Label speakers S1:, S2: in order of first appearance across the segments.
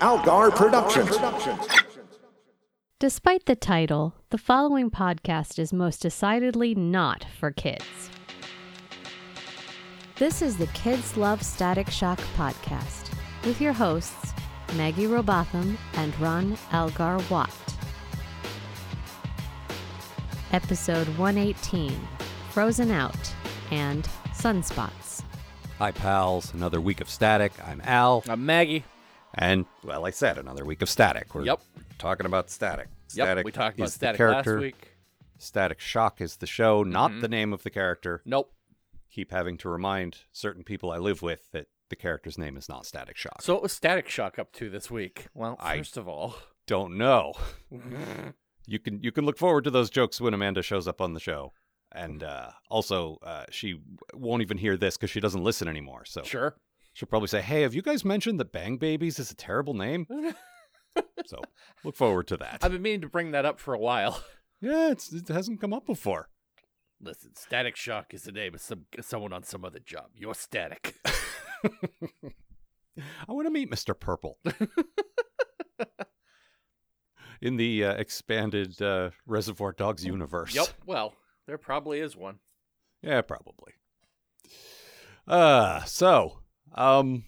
S1: Algar Productions.
S2: Despite the title, the following podcast is most decidedly not for kids. This is the Kids Love Static Shock podcast with your hosts, Maggie Robotham and Ron Algar Watt. Episode 118 Frozen Out and Sunspots.
S3: Hi, pals. Another week of static. I'm Al.
S4: I'm Uh, Maggie.
S3: And, well, I said another week of static. We're
S4: Yep.
S3: talking about static.
S4: yep, we talked about
S3: is the
S4: static
S3: character.
S4: last week. Mm-hmm.
S3: Static Shock is the show, not the name of the character.
S4: Nope.
S3: Keep having to remind certain people I live with that the character's name is not Static Shock.
S4: So what was Static Shock up to this week? Well,
S3: I-
S4: first of all,
S3: Don't know. you can you can look forward to those jokes when Amanda shows up on the show. And uh, also, uh, she won't even hear this because she doesn't listen anymore. So
S4: sure.
S3: She'll probably say, "Hey, have you guys mentioned that Bang Babies is a terrible name?" so look forward to that.
S4: I've been meaning to bring that up for a while.
S3: yeah, it's, it hasn't come up before.
S4: Listen, Static Shock is the name of some someone on some other job. You're static.
S3: I want to meet Mister Purple. In the uh, expanded uh, Reservoir Dogs universe.
S4: yep. Well, there probably is one.
S3: Yeah, probably. Uh, so, um,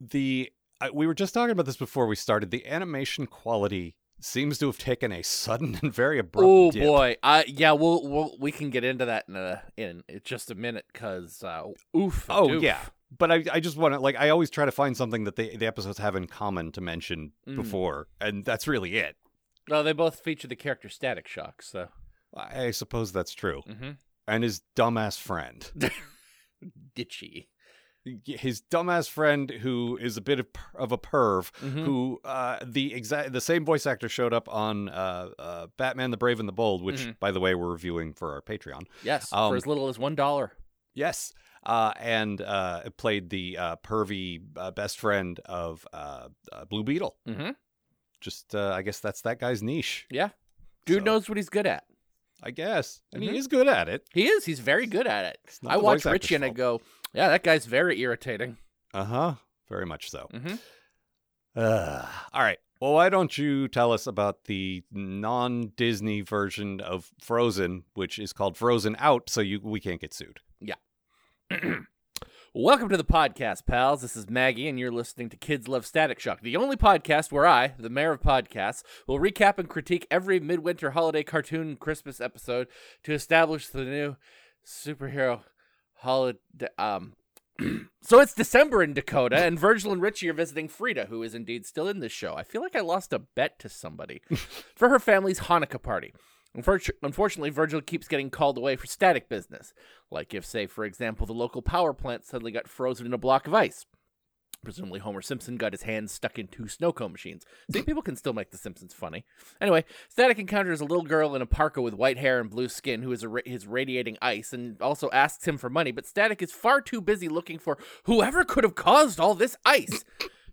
S3: the I we were just talking about this before we started. The animation quality seems to have taken a sudden and very abrupt.
S4: Oh
S3: dip.
S4: boy. Uh, yeah. We'll, we'll we can get into that in a, in just a minute because uh, oof.
S3: Oh
S4: doof.
S3: yeah, but I, I just want to like I always try to find something that the the episodes have in common to mention
S4: Mm.
S3: before, and that's really it.
S4: No, they both feature the character Static Shock. So.
S3: I, I suppose that's true.
S4: Mm-hmm.
S3: And his dumbass friend,
S4: Ditchy.
S3: his dumbass friend who is a bit of, per- of a perv,
S4: Hmm.
S3: who uh, the exact the same voice actor showed up on uh, uh, Batman: The Brave and the Bold, which
S4: Mhm.
S3: by the way we're reviewing for our Patreon.
S4: Yes.
S3: Um,
S4: for as little as one dollar.
S3: Yes. Uh, and uh, it played the uh, pervy uh, best friend of uh, uh, Blue Beetle.
S4: Mm-hmm.
S3: Just, uh, I guess that's that guy's niche.
S4: Yeah. Dude
S3: So-
S4: knows what he's good at.
S3: I guess. And
S4: Mhm.
S3: he is good at it.
S4: He is. He's very good at it.
S3: Mm-hmm. not
S4: I
S3: the
S4: watch
S3: voice actor's
S4: Richie and I
S3: fault.
S4: go, yeah, that guy's very irritating.
S3: Uh huh. Very much so.
S4: Mm-hmm.
S3: Ugh. all right. Well, why don't you tell us about the non Disney version of Frozen, which is called Frozen Out, so you we can't get sued?
S4: Welcome to the podcast, pals. This is Maggie, and you're listening to Kids Love Static Shock, the only podcast where I, the mayor of podcasts, will recap and critique every midwinter holiday cartoon Christmas episode to establish the new superhero holiday. Um, so it's December in Dakota, and Virgil and Richie are visiting Frida, who is indeed still in this show. I feel like I lost a bet to somebody for her family's Hanukkah party. Unfor- Unfortunately, Virgil keeps getting called away for static business, like if, say, for example, the local power plant suddenly got frozen in a block of ice. Presumably, Homer Simpson got his hands stuck in two snow cone machines. See, people can still make The Simpsons funny. Anyway, Static encounters a little girl in a parka with white hair and blue skin who is a ra- his radiating ice and also asks him for money, but Static is far too busy looking for whoever could have caused all this ice.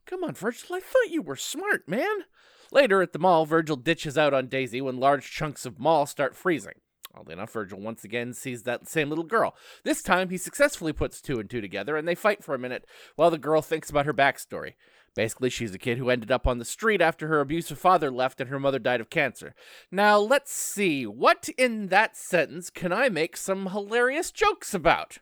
S4: Come on, Virgil, I thought you were smart, man. Later at the mall, Virgil ditches out on Daisy when large chunks of mall start freezing. Oddly enough, Virgil once again sees that same little girl. This time, he successfully puts two and two together, and they fight for a minute while the girl thinks about her backstory. Basically, she's a kid who ended up on the street after her abusive father left and her mother died of cancer. Now, let's see, what in that sentence can I make some hilarious jokes about?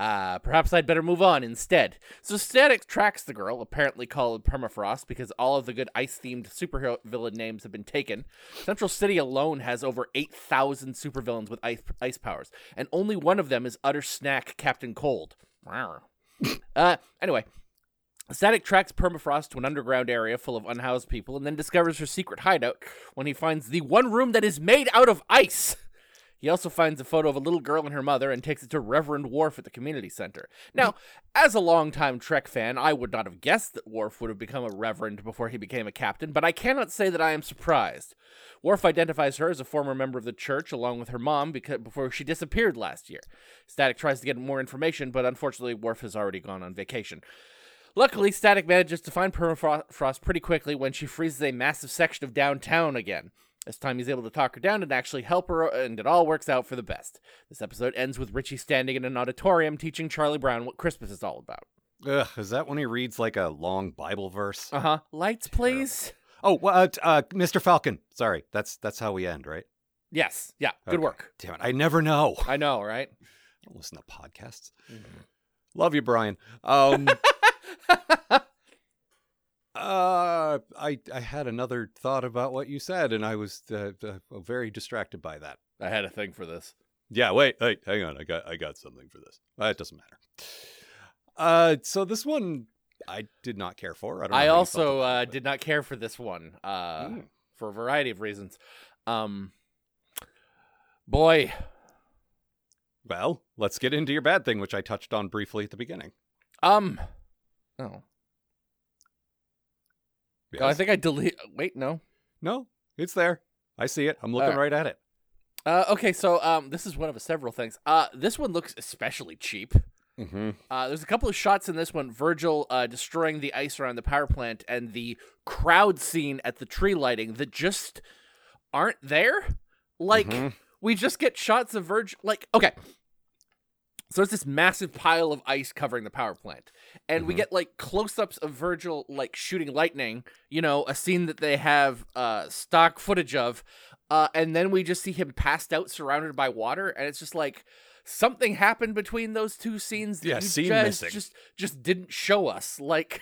S4: Ah, perhaps I'd better move on instead. So Static tracks the girl, apparently called Permafrost, because all of the good ice-themed superhero villain names have been taken. Central City alone has over 8,000 supervillains with ice, ice powers, and only one of them is utter snack Captain Cold. Wow. uh, anyway, Static tracks Permafrost to an underground area full of unhoused people and then discovers her secret hideout when he finds the one room that is made out of ice. He also finds a photo of a little girl and her mother and takes it to Reverend Worf at the community center. Now, as a longtime Trek fan, I would not have guessed that Worf would have become a reverend before he became a captain, but I cannot say that I am surprised. Worf identifies her as a former member of the church along with her mom because before she disappeared last year. Static tries to get more information, but unfortunately Worf has already gone on vacation. Luckily, Static manages to find Permafrost pretty quickly when she freezes a massive section of downtown again. This time, he's able to talk her down and actually help her, and it all works out for the best. This episode ends with Richie standing in an auditorium teaching Charlie Brown what Christmas is all about.
S3: Ugh, is that when he reads like a long Bible verse?
S4: Uh huh. Lights, please.
S3: Oh, well, uh, t- uh, Mr. Falcon. Sorry, that's that's how we end, right?
S4: Yes. Yeah. Good
S3: Okay.
S4: work.
S3: Damn it, I never know. I
S4: I know, right?
S3: don't listen to podcasts.
S4: Mm-hmm.
S3: Love you, Brian. Um, uh, I I had another thought about what you said, and I was uh, uh, very distracted by that.
S4: I had a thing for this.
S3: Yeah, wait, wait, hang on. I got I got something for this. Uh, it doesn't matter. Uh, so this one I did not care for. I don't. Know
S4: I,
S3: how you felt
S4: also
S3: about
S4: uh,
S3: it, but-
S4: did not care for this one uh,
S3: Mm.
S4: for a variety of reasons. Um, boy,
S3: Well, let's get into your bad thing, which I touched on briefly at the beginning.
S4: um, oh,
S3: Yes?
S4: Oh, I think I delete. Wait, no.
S3: no, it's there. I see it. I'm looking
S4: All
S3: right. at it.
S4: Uh, okay, so um, this is one of several things. Uh, this one looks especially cheap.
S3: Mm-hmm.
S4: Uh, there's a couple of shots in this one. Virgil uh, destroying the ice around the power plant and the crowd scene at the tree lighting that just aren't there. Like
S3: Mhm.
S4: we just get shots of Virgil. Like okay, so it's this massive pile of ice covering the power plant, and we
S3: Mhm.
S4: get like close-ups of Virgil like shooting lightning. You know, a scene that they have uh, stock footage of, uh, and then we just see him passed out, surrounded by water, and it's just like something happened between those two scenes. That
S3: Yeah,
S4: you
S3: scene
S4: guys
S3: missing.
S4: just just didn't show us. Like,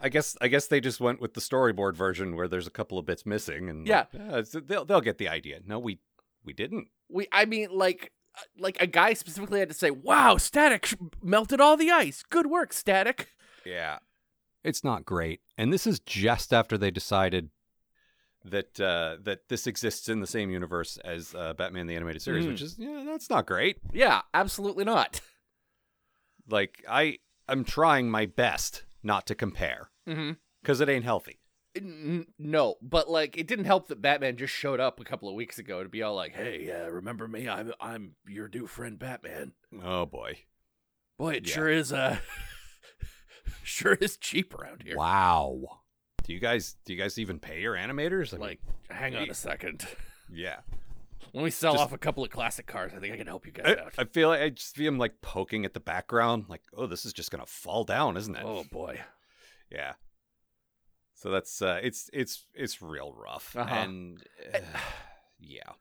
S3: I guess I guess they just went with the storyboard version where there's a couple of bits missing, and like, it's- they'll they'll get the idea. No, we we didn't.
S4: we i mean like uh, like a guy specifically had to say wow static sh- melted all the ice good work static
S3: Yeah. It's not great. And this is just after they decided that uh, that this exists in the same universe as uh, Batman the Animated Series,
S4: Mhm.
S3: which is yeah, that's not great.
S4: yeah absolutely not
S3: Like I I'm trying my best not to compare
S4: mm-hmm.
S3: because it ain't healthy.
S4: no but like it didn't help that batman just showed up a couple of weeks ago to be all like hey uh, remember me i'm i'm your new friend batman
S3: Oh boy!
S4: boy it
S3: Yeah.
S4: sure is uh sure is cheap around here
S3: Wow. Do you guys do you guys even pay your animators? I mean,
S4: like hang on a second
S3: yeah.
S4: when we sell
S3: Just-
S4: off a couple of classic cars i think i can help you guys
S3: I,
S4: out
S3: I feel like I just feel him like poking at the background, like, oh, this is just gonna fall down, isn't it?
S4: oh boy
S3: Yeah. So that's uh it's it's it's real rough.
S4: Uh-huh.
S3: And uh, yeah.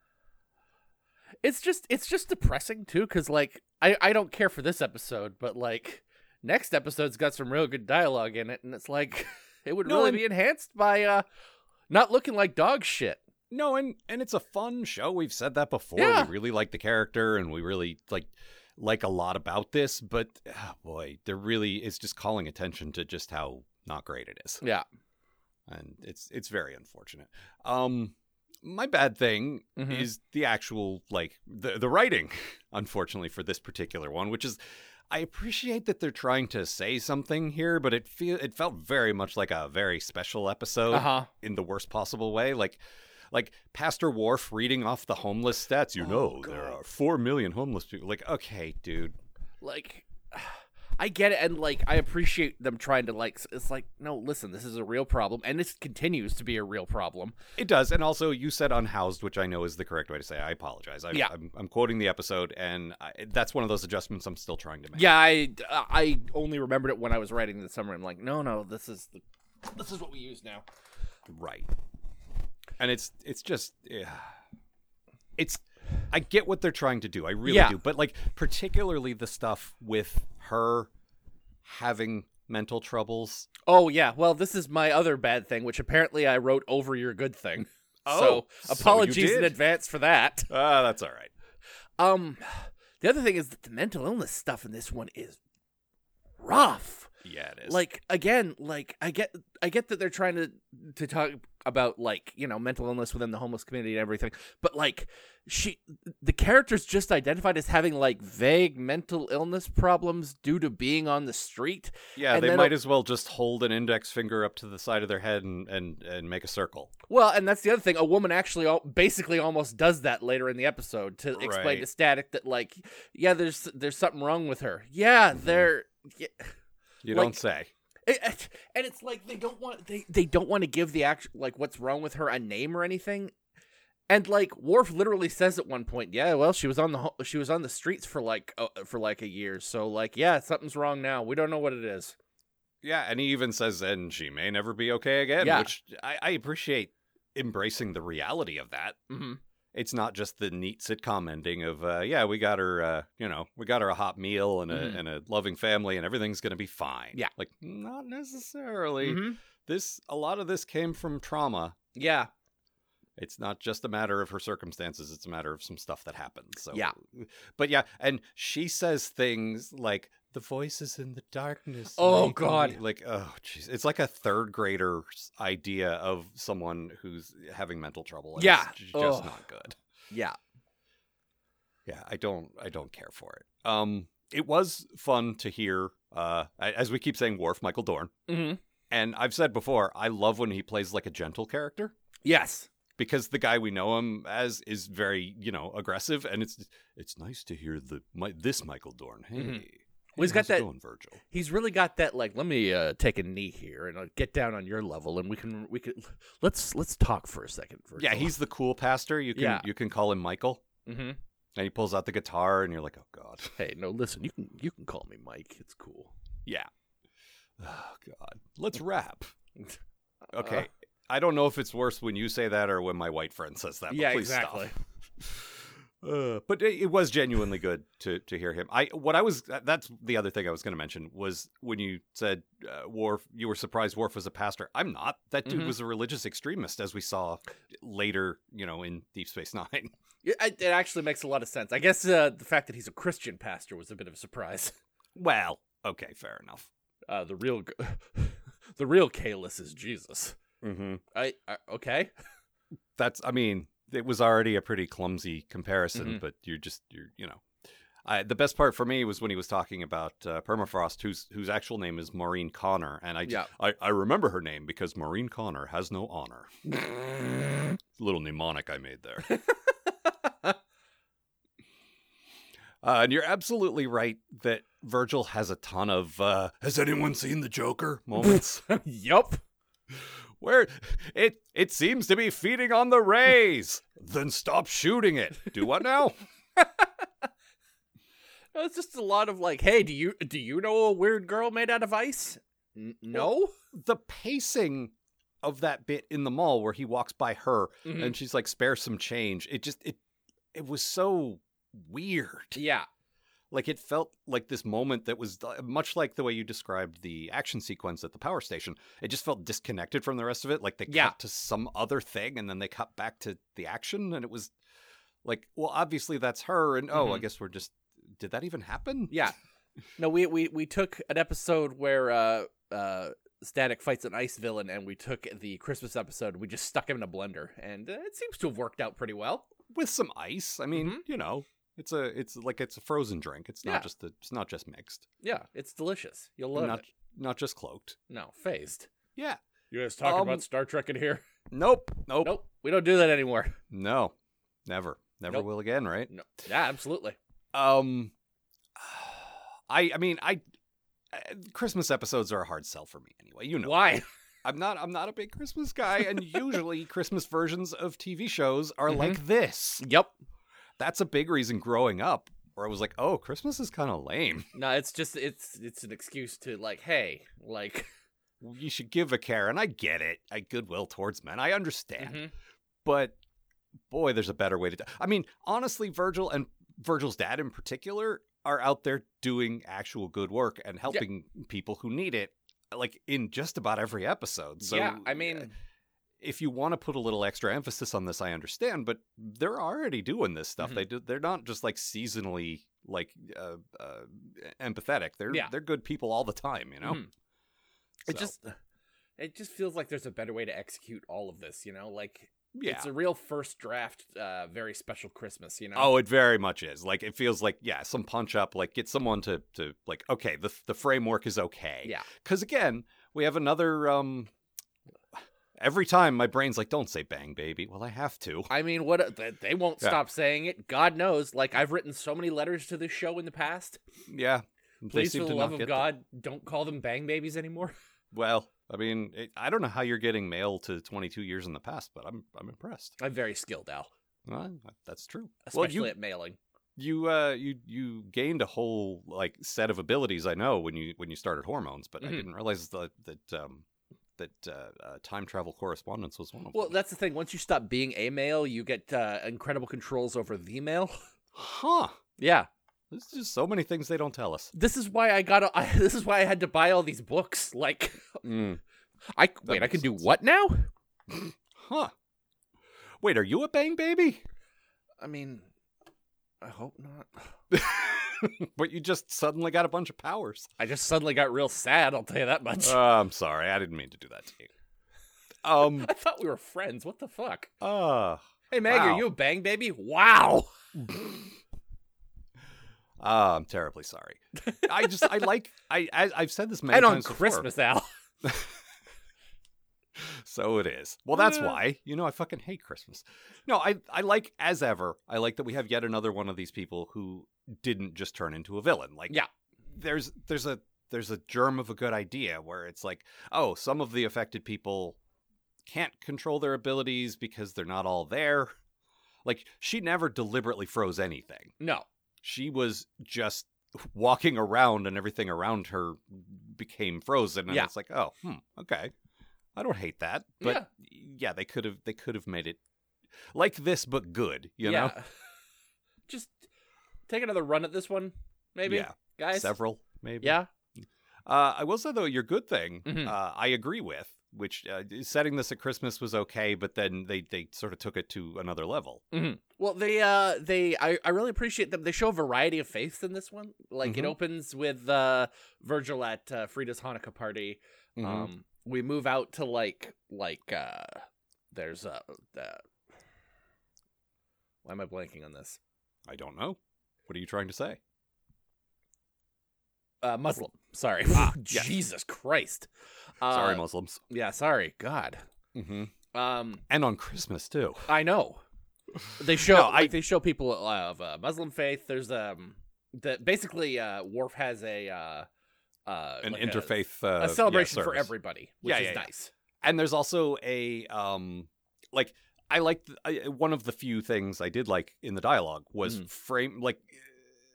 S4: it's just it's just depressing too because like I, I don't care for this episode but like next episode's got some real good dialogue in it and it's like it would
S3: No,
S4: really
S3: and-
S4: be enhanced by uh not looking like dog shit
S3: No, and and it's a fun show. We've said that before.
S4: Yeah.
S3: We really like the character and we really like like a lot about this, but ah, boy, there really is just calling attention to just how not great it is.
S4: yeah
S3: And it's it's very unfortunate. Um my bad thing
S4: Mhm.
S3: is the actual like the the writing unfortunately for this particular one which is I appreciate that they're trying to say something here but it feel it felt very much like a very special episode
S4: uh-huh
S3: in the worst possible way like like Pastor Wharf reading off the homeless stats you
S4: Oh,
S3: know there
S4: God.
S3: are 4 million homeless people like okay dude
S4: like I get it, and like I appreciate them trying to like. s- It's like, no, listen, this is a real problem, and this continues to be a real problem.
S3: it does and also you said unhoused which I know is the correct way to say it. I apologize I,
S4: Yeah.
S3: I'm, I'm quoting the episode and I, that's one of those adjustments I'm still trying to make
S4: Yeah, I I only remembered it when I was writing the summary. I'm like, no, no, this is the, this is what we use now.
S3: right and it's it's just yeah. it's i get what they're trying to do i really
S4: Yeah.
S3: do but like particularly the stuff with her having mental troubles
S4: Oh yeah, well this is my other bad thing, which apparently I wrote over your good thing.
S3: Oh,
S4: so
S3: so you
S4: apologies in
S3: did.
S4: advance for that.
S3: ah that's all right
S4: Um, the other thing is that the mental illness stuff in this one is rough.
S3: yeah it is
S4: Like again, like I get, I get that they're trying to to talk about like you know mental illness within the homeless community and everything, but like she, the character's just identified as having like vague mental illness problems due to being on the street.
S3: yeah
S4: and
S3: they
S4: then-
S3: might as well just hold an index finger up to the side of their head and and, and make a circle
S4: Well, and that's the other thing. A woman actually al- basically almost does that later in the episode to explain
S3: Right.
S4: to Static that like, yeah, there's there's something wrong with her. Yeah,
S3: Mm-hmm.
S4: there. Yeah.
S3: you
S4: Like-
S3: don't say
S4: It- it- and it's like they don't want they, they don't want to give the act like what's wrong with her a name or anything. And like Worf literally says at one point, yeah, well, she was on the ho- she was on the streets for like uh, for like a year. So like, yeah, something's wrong now. We don't know what it is.
S3: yeah, and he even says, "And she may never be okay again,"
S4: Yeah.
S3: which I, I appreciate embracing the reality of that.
S4: Mm-hmm.
S3: It's not just the neat sitcom ending of, uh, "Yeah, we got her, uh, you know, we got her a hot meal and a
S4: Mhm.
S3: and a loving family, and everything's gonna be fine."
S4: Yeah. Mm-hmm.
S3: like not necessarily. This a lot of this came from trauma.
S4: Yeah.
S3: It's not just a matter of her circumstances; it's a matter of some stuff that happened. So
S4: Yeah.
S3: but yeah, and she says things like the voices in the darkness.
S4: Oh,
S3: make me-"
S4: God.
S3: Like oh jeez, it's like a third grader's idea of someone who's having mental trouble. and
S4: Yeah.
S3: it's j- just
S4: Ugh.
S3: not good.
S4: Yeah.
S3: Yeah, I don't, I don't care for it. Um, it was fun to hear. Uh, a- as we keep saying, Worf Michael Dorn,
S4: Mm-hmm.
S3: and I've said before, I love when he plays like a gentle character
S4: Yes.
S3: because the guy we know him as is very you know aggressive and it's it's nice to hear the my, this michael dorn hey
S4: Mhm.
S3: hey,
S4: Well, he's got
S3: how's it
S4: that-
S3: going, virgil
S4: He's really got that like let me uh, take a knee here and uh, get down on your level and we can we can let's let's talk for a second first.
S3: yeah he's the cool pastor you can
S4: Yeah.
S3: you can call him michael
S4: mm-hmm.
S3: and he pulls out the guitar and you're like oh god
S4: Hey, no, listen, you can you can call me Mike. It's cool.
S3: yeah oh god let's rap okay
S4: Uh.
S3: i don't know if it's worse when you say that or when my white friend says that but
S4: Yeah,
S3: please stop.
S4: exactly.
S3: Uh, but it, it was genuinely good to to hear him. I what I was that's the other thing I was going to mention was when you said uh, Worf, you were surprised Worf was a pastor. I'm not. That dude
S4: Mhm.
S3: was a religious extremist, as we saw later, you know, in Deep Space Nine.
S4: Yeah, it, it actually makes a lot of sense. I guess uh, the fact that he's a Christian pastor was a bit of a surprise.
S3: Well, okay, fair enough.
S4: Uh, the real g- the real Kalis is Jesus.
S3: Mm-hmm.
S4: I, I okay.
S3: That's I mean, it was already a pretty clumsy comparison,
S4: Mhm.
S3: but you're just you're you know. I, the best part for me was when he was talking about uh, permafrost, whose whose actual name is Maureen Connor, and I,
S4: Yeah.
S3: I I remember her name because Maureen Connor has no honor. little mnemonic I made there. uh, and you're absolutely right that Virgil has a ton of uh, "Has anyone seen the Joker?" moments
S4: yup.
S3: where it it seems to be feeding on the rays. then stop shooting it. Do what now?
S4: No, It's just a lot of like, hey, do you do you know a weird girl made out of ice? N- no.
S3: the pacing of that bit in the mall where he walks by her
S4: Mhm.
S3: and she's like, "Spare some change." It just it it was so weird.
S4: Yeah.
S3: like it felt like this moment that was uh, much like the way you described the action sequence at the power station it just felt disconnected from the rest of it like they
S4: Yeah.
S3: cut to some other thing and then they cut back to the action and it was like well obviously that's her and oh i
S4: Mhm.
S3: guess we're just did that even happen
S4: Yeah. No, we we we took an episode where uh uh Static fights an ice villain and we took the Christmas episode, we just stuck him in a blender and uh, it seems to have worked out pretty well.
S3: with some ice i mean
S4: Mhm.
S3: you know it's a it's like it's a frozen drink it's not
S4: Yeah.
S3: just a, it's not just mixed
S4: Yeah, it's delicious. You'll love
S3: not
S4: it.
S3: not just cloaked
S4: No, phased.
S3: yeah
S4: You guys
S3: talking about
S4: Star Trek in here?
S3: nope nope,
S4: Nope, we don't do that anymore.
S3: no never never
S4: Nope.
S3: will again right
S4: No. Yeah, absolutely.
S3: Um, I I mean I uh, Christmas episodes are a hard sell for me anyway. You know,
S4: Why?
S3: I'm not I'm not a big Christmas guy, and usually Christmas versions of TV shows are like this.
S4: Yep.
S3: That's a big reason growing up where I was like, oh, Christmas is kind of lame.
S4: No, it's just it's it's an excuse to like, hey, like
S3: You should give a care, and I get it. I goodwill towards men, I understand,
S4: mhm.
S3: but boy, there's a better way to. do- I mean, honestly, Virgil and Virgil's dad in particular are out there doing actual good work and helping people who need it, like in just about every episode. So, uh,
S4: yeah, I mean,
S3: if you want to put a little extra emphasis on this, I understand, but they're already doing this stuff.
S4: Mhm.
S3: They do, they're not just like seasonally like uh, uh, empathetic. They're
S4: Yeah.
S3: they're good people all the time, you know.
S4: Mhm. it
S3: So,
S4: just it just feels like there's a better way to execute all of this, you know? Like
S3: yeah.
S4: Mm-hmm. it's a real first draft, uh, very special Christmas, you know?
S3: Oh, it very much is. Like it feels like yeah, some punch up. Like get someone to to like okay, the the framework is okay.
S4: yeah,
S3: Because again, we have another. um Every time my brain's like, don't say bang, baby. Well, I have to.
S4: I mean, what th- they won't
S3: Yeah.
S4: stop saying it. God knows, like I've written so many letters to this show in the past.
S3: Yeah. they
S4: Please,
S3: seem
S4: for the
S3: to not
S4: love
S3: get that.
S4: of God, don't call them bang babies anymore.
S3: Well, I mean, it, I don't know how you're getting mail to 22 years in the past, but I'm I'm impressed.
S4: I'm very skilled, Al,
S3: Well, that's true.
S4: especially
S3: well, you
S4: at mailing.
S3: you uh you you gained a whole like set of abilities I know when you when you started hormones, but
S4: Mhm.
S3: I didn't realize that that um that uh, uh, time travel correspondence was one of
S4: Well,
S3: them.
S4: that's the thing. Once you stop being a male, you get uh, incredible controls over the male.
S3: Huh.
S4: Yeah,
S3: There's just so many things they don't tell us.
S4: this is why I got. I, this is why I had to buy all these books. Like,
S3: Mm.
S4: I wait, I
S3: makes
S4: can do
S3: sense.
S4: what now?
S3: Huh. Wait, are you a bang baby?
S4: I mean, I hope not.
S3: but you just suddenly got a bunch of powers.
S4: I just suddenly got real sad. I'll tell you that much.
S3: Uh, I'm sorry, I didn't mean to do that to you. Um.
S4: I thought we were friends. What the fuck?
S3: Uh,
S4: Hey, Maggie,
S3: Wow.
S4: are you a bang baby? Wow.
S3: Ah, I'm terribly sorry. I just I like I, I I've said this many
S4: and on
S3: times before,
S4: Christmas, Al.
S3: so it is. Well, that's
S4: Yeah.
S3: why you know I fucking hate Christmas. No, I I like as ever. I like that we have yet another one of these people who didn't just turn into a villain. Like
S4: Yeah.
S3: there's there's a there's a germ of a good idea where it's like oh some of the affected people can't control their abilities because they're not all there. Like she never deliberately froze anything.
S4: No.
S3: she was just walking around and everything around her became frozen and
S4: Yeah.
S3: it's like oh hmm, okay i don't hate that but yeah, they could have they could have made it like this but good you know
S4: Just take another run at this one, maybe.
S3: Yeah.
S4: Guys.
S3: several maybe
S4: Yeah.
S3: uh, i will say though your good thing
S4: Mhm.
S3: uh, i agree with which uh, setting this at christmas was okay but then they they sort of took it to another level
S4: Well, they uh they I, I really appreciate them. They show a variety of faiths in this one. Like it
S3: Mhm.
S4: opens with uh Virgil at uh, Frida's Hanukkah party.
S3: Mm-hmm.
S4: Um we move out to like like uh there's uh, uh why am I blanking on this?
S3: i don't know what are you trying to say
S4: Uh Muslim. Sorry.
S3: Ah, yes.
S4: Jesus Christ. Uh,
S3: sorry muslims
S4: Yeah, sorry. God.
S3: hmm
S4: Um
S3: and on christmas too
S4: I know. They show
S3: No, I-
S4: like, they show people of uh, Muslim faith. There's um the basically uh Worf has a uh uh
S3: an
S4: like a-
S3: interfaith
S4: a,
S3: uh, yeah,
S4: celebration for
S3: service.
S4: everybody, which
S3: Yeah,
S4: is
S3: yeah, yeah.
S4: nice.
S3: and there's also a um like i like th- I, one of the few things i did like in the dialogue was
S4: Mhm.
S3: frame like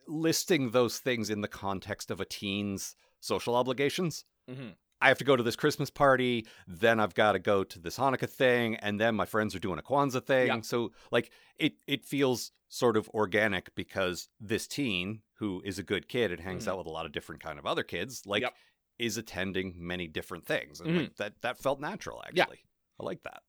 S3: listing those things in the context of a teen's social obligations
S4: Mhm.
S3: i have to go to this christmas party then i've got to go to this hanukkah thing and then my friends are doing a kwanzaa thing
S4: Yeah.
S3: so like it it feels sort of organic because this teen who is a good kid and hangs
S4: Mhm.
S3: out with a lot of different kind of other kids like
S4: Yep.
S3: is attending many different things and
S4: Mhm.
S3: like, that that felt natural actually
S4: Yeah.
S3: I like that.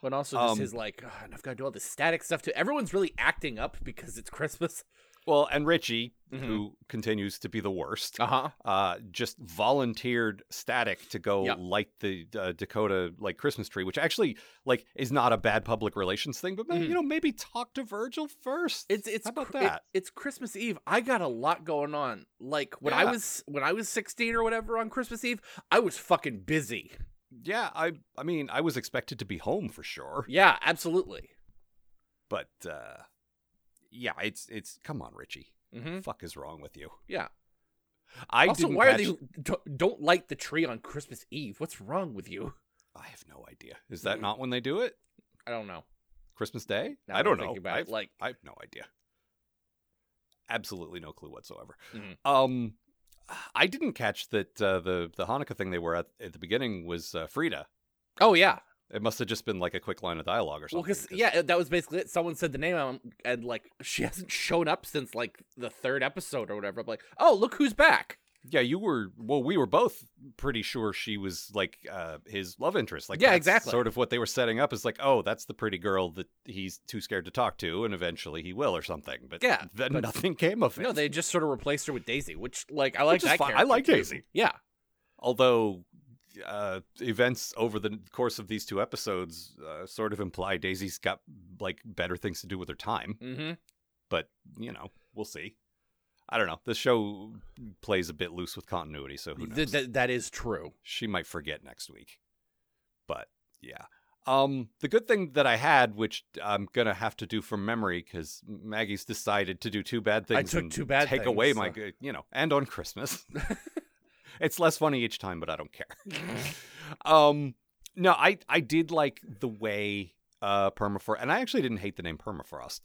S4: But also just
S3: Um,
S4: his like, "Ugh, and I've got to do all this static stuff too. Everyone's really acting up because it's Christmas.
S3: Well, and Richie,
S4: Mhm.
S3: who continues to be the worst,
S4: Uh huh.
S3: uh, just volunteered Static to go
S4: Yeah.
S3: light the uh, Dakota like Christmas tree, which actually like is not a bad public relations thing. But man,
S4: Mhm.
S3: you know, maybe talk to Virgil first.
S4: It's it's
S3: How about
S4: cr- it-
S3: that?
S4: it's Christmas Eve. I got a lot going on. Like when I
S3: Yeah.
S4: was when I was sixteen or whatever on Christmas Eve, I was fucking busy.
S3: yeah, I I mean, I was expected to be home for sure,
S4: Yeah, absolutely.
S3: but uh, yeah, it's it's come on, Richie.
S4: Mm-hmm.
S3: Fuck is wrong with you?
S4: Yeah.
S3: I
S4: also,
S3: didn't
S4: why
S3: catch-
S4: are they don't, don't light the tree on Christmas Eve? What's wrong with you?
S3: I have no idea. Is that not when they do it?
S4: I don't know.
S3: Christmas Day?
S4: Mm-hmm.
S3: I
S4: Now that I'm
S3: don't know.
S4: thinking about
S3: I,
S4: it, like-
S3: I have no idea. Absolutely no clue whatsoever.
S4: Mhm.
S3: Um, I didn't catch that uh, the the Hanukkah thing they were at at the beginning was uh, Frida.
S4: Oh yeah,
S3: It must have just been like a quick line of dialogue or
S4: well,
S3: something.
S4: because yeah, that was basically it. Someone said the name, um, and like she hasn't shown up since like the third episode or whatever. I'm like, oh, look who's back.
S3: yeah, you were. Well, we were both pretty sure she was like uh, his love interest. Like,
S4: Yeah,
S3: that's
S4: exactly.
S3: Sort of what they were setting up is like, oh, that's the pretty girl that he's too scared to talk to, and eventually he will or something. But
S4: Yeah,
S3: then
S4: but-
S3: nothing came of it.
S4: No, they just sort of replaced her with Daisy, which like I like
S3: is
S4: that.
S3: fine. I
S4: character,
S3: like
S4: too.
S3: Daisy.
S4: Yeah,
S3: although uh, events over the course of these two episodes uh, sort of imply Daisy's got like better things to do with her time,
S4: mm-hmm.
S3: but you know, we'll see. I don't know. The show plays a bit loose with continuity, so who knows?
S4: Th- th- that is true.
S3: she might forget next week. But yeah. Um, the good thing that I had, which I'm gonna have to do from memory, because Maggie's decided to do two bad things.
S4: I took
S3: and
S4: two bad
S3: take
S4: things,
S3: away my
S4: so-
S3: good, you know, and on Christmas. it's less funny each time, but I don't care. um, no, I I did like the way uh Permafrost, and I actually didn't hate the name Permafrost.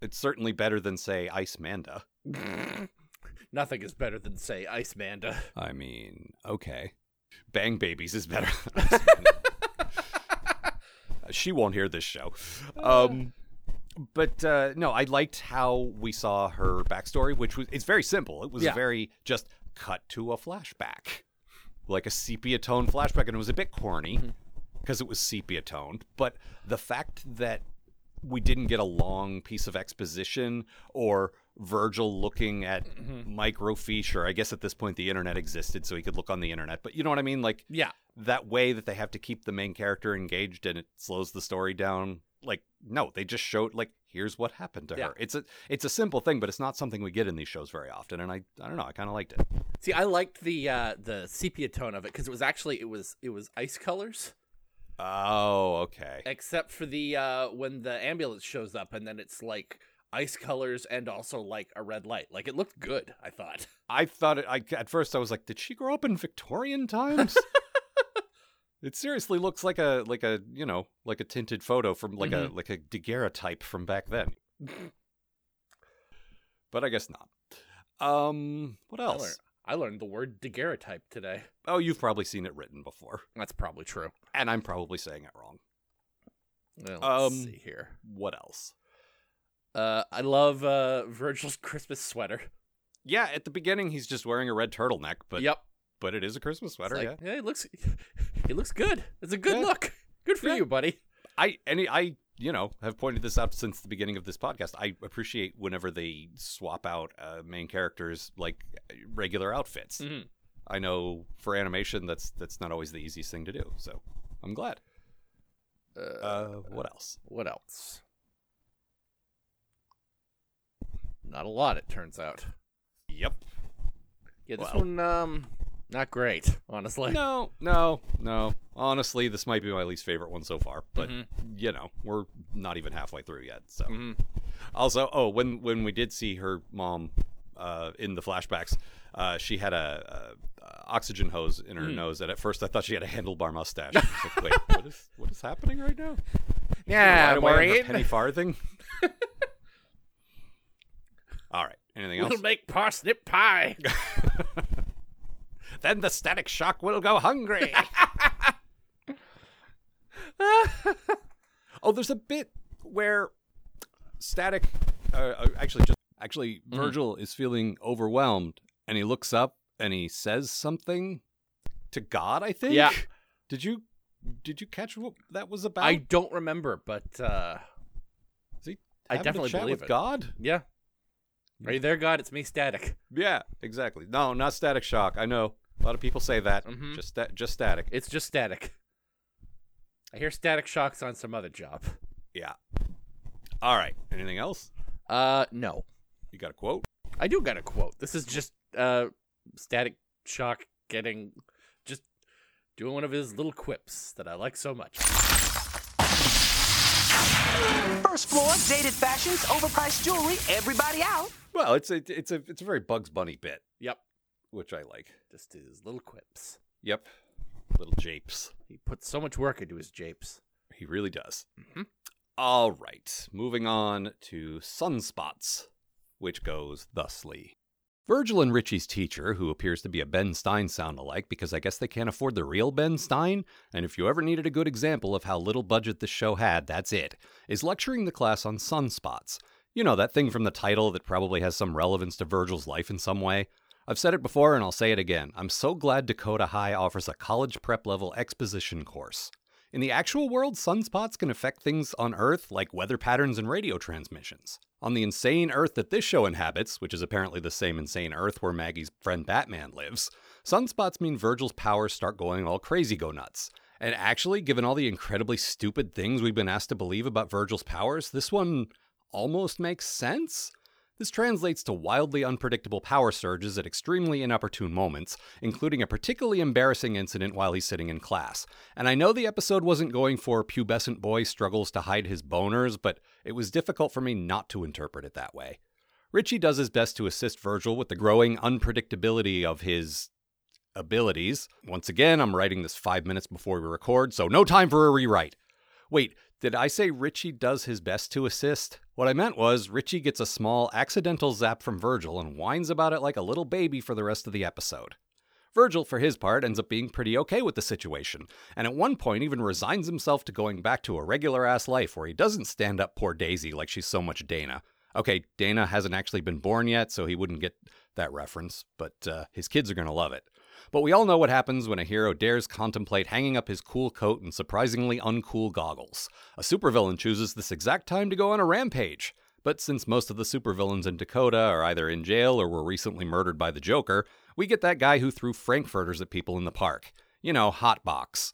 S3: It's certainly better than say Ice Manda.
S4: Nothing is better than say Ice Manda.
S3: I mean, okay. Bang Babies is better. she won't hear this show. Um, but uh, no, I liked how we saw her backstory, which was it's very simple. It was
S4: Yeah.
S3: very just cut to a flashback, like a sepia tone flashback, and it was a bit corny because it was sepia toned. But the fact that we didn't get a long piece of exposition or Virgil looking at microfiche, or I guess at this point the internet existed, so he could look on the internet. But you know what I mean, like
S4: Yeah.
S3: that way that they have to keep the main character engaged and it slows the story down like no they just showed like here's what happened to
S4: Yeah.
S3: her it's a it's a simple thing but it's not something we get in these shows very often and i i don't know i kind of liked it
S4: See, I liked the uh, the sepia tone of it because it was actually it was it was ice colors,
S3: oh okay
S4: except for the uh, when the ambulance shows up and then it's like ice colors and also like a red light. Like it looked good. I thought.
S3: i thought it, i at first i was like did she grow up in victorian times it seriously looks like a like a you know like a tinted photo from like
S4: Mm-hmm.
S3: a like a daguerreotype from back then but i guess not um what
S4: I
S3: else
S4: learned, I learned the word daguerreotype today.
S3: Oh, you've probably seen it written before,
S4: That's probably true.
S3: and I'm probably saying it wrong.
S4: Well, let's
S3: Um,
S4: see here.
S3: What else?
S4: Uh, I love uh, Virgil's Christmas sweater.
S3: Yeah, at the beginning he's just wearing a red turtleneck, but
S4: yep,
S3: but it is a Christmas
S4: It's
S3: sweater.
S4: like,
S3: yeah,
S4: yeah. it looks it looks good. It's a good
S3: Yeah.
S4: look. Good for
S3: Yeah.
S4: you, buddy.
S3: I any I you know have pointed this out since the beginning of this podcast. I appreciate whenever they swap out uh, main characters like regular outfits.
S4: Mhm.
S3: I know for animation that's that's not always the easiest thing to do, so I'm glad.
S4: Uh,
S3: Uh, what else?
S4: what else? Not a lot, it turns out.
S3: Yep.
S4: Yeah, this
S3: Well.
S4: one um not great, honestly.
S3: No, no, no. Honestly, this might be my least favorite one so far, but
S4: Mhm.
S3: you know, we're not even halfway through yet. So
S4: Mhm.
S3: also, oh, when when we did see her mom uh, in the flashbacks, uh, she had a, a, a oxygen hose in her nose, and at first I thought she had a handlebar mustache. I was like, wait, what is what is happening right now?
S4: Yeah,
S3: Right away on her penny farthing. All right. Anything else?
S4: We'll make parsnip pie.
S3: Then the static shock will go hungry. oh, there's a bit where static, uh, uh, actually, just actually,
S4: Mm-hmm.
S3: Virgil is feeling overwhelmed, and he looks up and he says something to God. I think.
S4: Yeah.
S3: Did you did you catch what that was about?
S4: I don't remember, but uh
S3: Is he
S4: I
S3: having a
S4: definitely
S3: chat
S4: believe
S3: with
S4: it.
S3: God.
S4: yeah. Are you there, God? It's me, Static.
S3: Yeah, exactly. No, not static shock. I know a lot of people say that.
S4: Mhm.
S3: Just that, just static.
S4: It's just Static. I hear Static Shock's on some other job.
S3: Yeah. All right. Anything else?
S4: Uh, no.
S3: You got a quote?
S4: I do got a quote. This is just uh Static Shock getting just doing one of his little quips that I like so much.
S1: First floor, dated fashions, overpriced jewelry, everybody out.
S3: Well, it's a it's a it's a very Bugs Bunny bit,
S4: Yep.
S3: which I like.
S4: Just his little quips.
S3: Yep. Little japes.
S4: He puts so much work into his japes.
S3: He really does. All right. Moving on to sunspots, which goes thusly. Virgil and Richie's teacher, who appears to be a Ben Stein sound alike because I guess they can't afford the real Ben Stein, and if you ever needed a good example of how little budget this show had, that's it, is lecturing the class on sunspots. You know, that thing from the title that probably has some relevance to Virgil's life in some way. I've said it before and I'll say it again. I'm so glad Dakota High offers a college prep level exposition course. In the actual world, sunspots can affect things on Earth like weather patterns and radio transmissions. On the insane Earth that this show inhabits, which is apparently the same insane Earth where Maggie's friend Batman lives, sunspots mean Virgil's powers start going all crazy go nuts. And actually, given all the incredibly stupid things we've been asked to believe about Virgil's powers, this one almost makes sense? This translates to wildly unpredictable power surges at extremely inopportune moments, including a particularly embarrassing incident while he's sitting in class. And I know the episode wasn't going for pubescent boy struggles to hide his boners, but it was difficult for me not to interpret it that way. Richie does his best to assist Virgil with the growing unpredictability of his abilities. Once again, I'm writing this five minutes before we record, so no time for a rewrite. Wait, did I say Richie does his best to assist? What I meant was Richie gets a small accidental zap from Virgil and whines about it like a little baby for the rest of the episode. Virgil, for his part, ends up being pretty okay with the situation, and at one point even resigns himself to going back to a regular ass life where he doesn't stand up poor Daisy like she's so much Dana. Okay, Dana hasn't actually been born yet, so he wouldn't get that reference, but uh, his kids are going to love it. But we all know what happens when a hero dares contemplate hanging up his cool coat and surprisingly uncool goggles. A supervillain chooses this exact time to go on a rampage. But since most of the supervillains in Dakota are either in jail or were recently murdered by the Joker, we get that guy who threw frankfurters at people in the park. You know, Hotbox.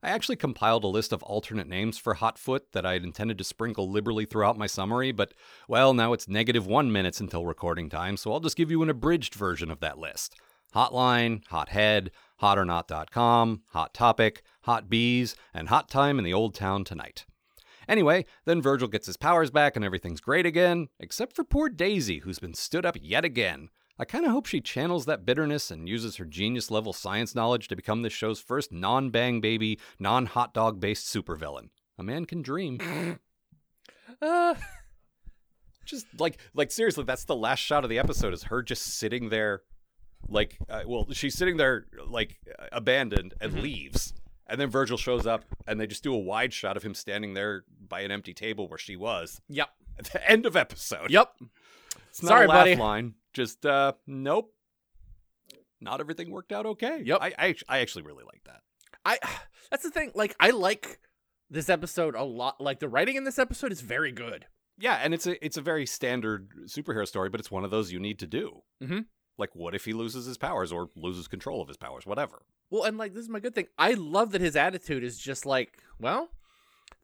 S3: I actually compiled a list of alternate names for Hotfoot that I had intended to sprinkle liberally throughout my summary, but, well, now it's negative one minutes until recording time, so I'll just give you an abridged version of that list. Hotline, Hothead, HotOrNot.com, Hot Topic, Hot Bees, and Hot Time in the Old Town Tonight. Anyway, then Virgil gets his powers back and everything's great again, except for poor Daisy, who's been stood up yet again. I kind of hope she channels that bitterness and uses her genius level science knowledge to become this show's first non bang baby, non hot dog based supervillain. A man can dream.
S4: Uh,
S3: just like, like seriously, that's the last shot of the episode is her just sitting there, like, uh, well, she's sitting there, like, uh, abandoned and leaves. And then Virgil shows up and they just do a wide shot of him standing there by an empty table where she was.
S4: yep.
S3: At the end of episode.
S4: Yep.
S3: It's not
S4: Sorry,
S3: a laugh
S4: buddy.
S3: line. Just uh, nope. Not everything worked out okay.
S4: Yep.
S3: I, I I actually really like that.
S4: I that's the thing. Like I like this episode a lot. Like the writing in this episode is very good.
S3: Yeah, and it's a it's a very standard superhero story, but it's one of those you need to do.
S4: Mhm.
S3: Like, what if he loses his powers or loses control of his powers? Whatever.
S4: Well, and like this is my good thing. I love that his attitude is just like, well,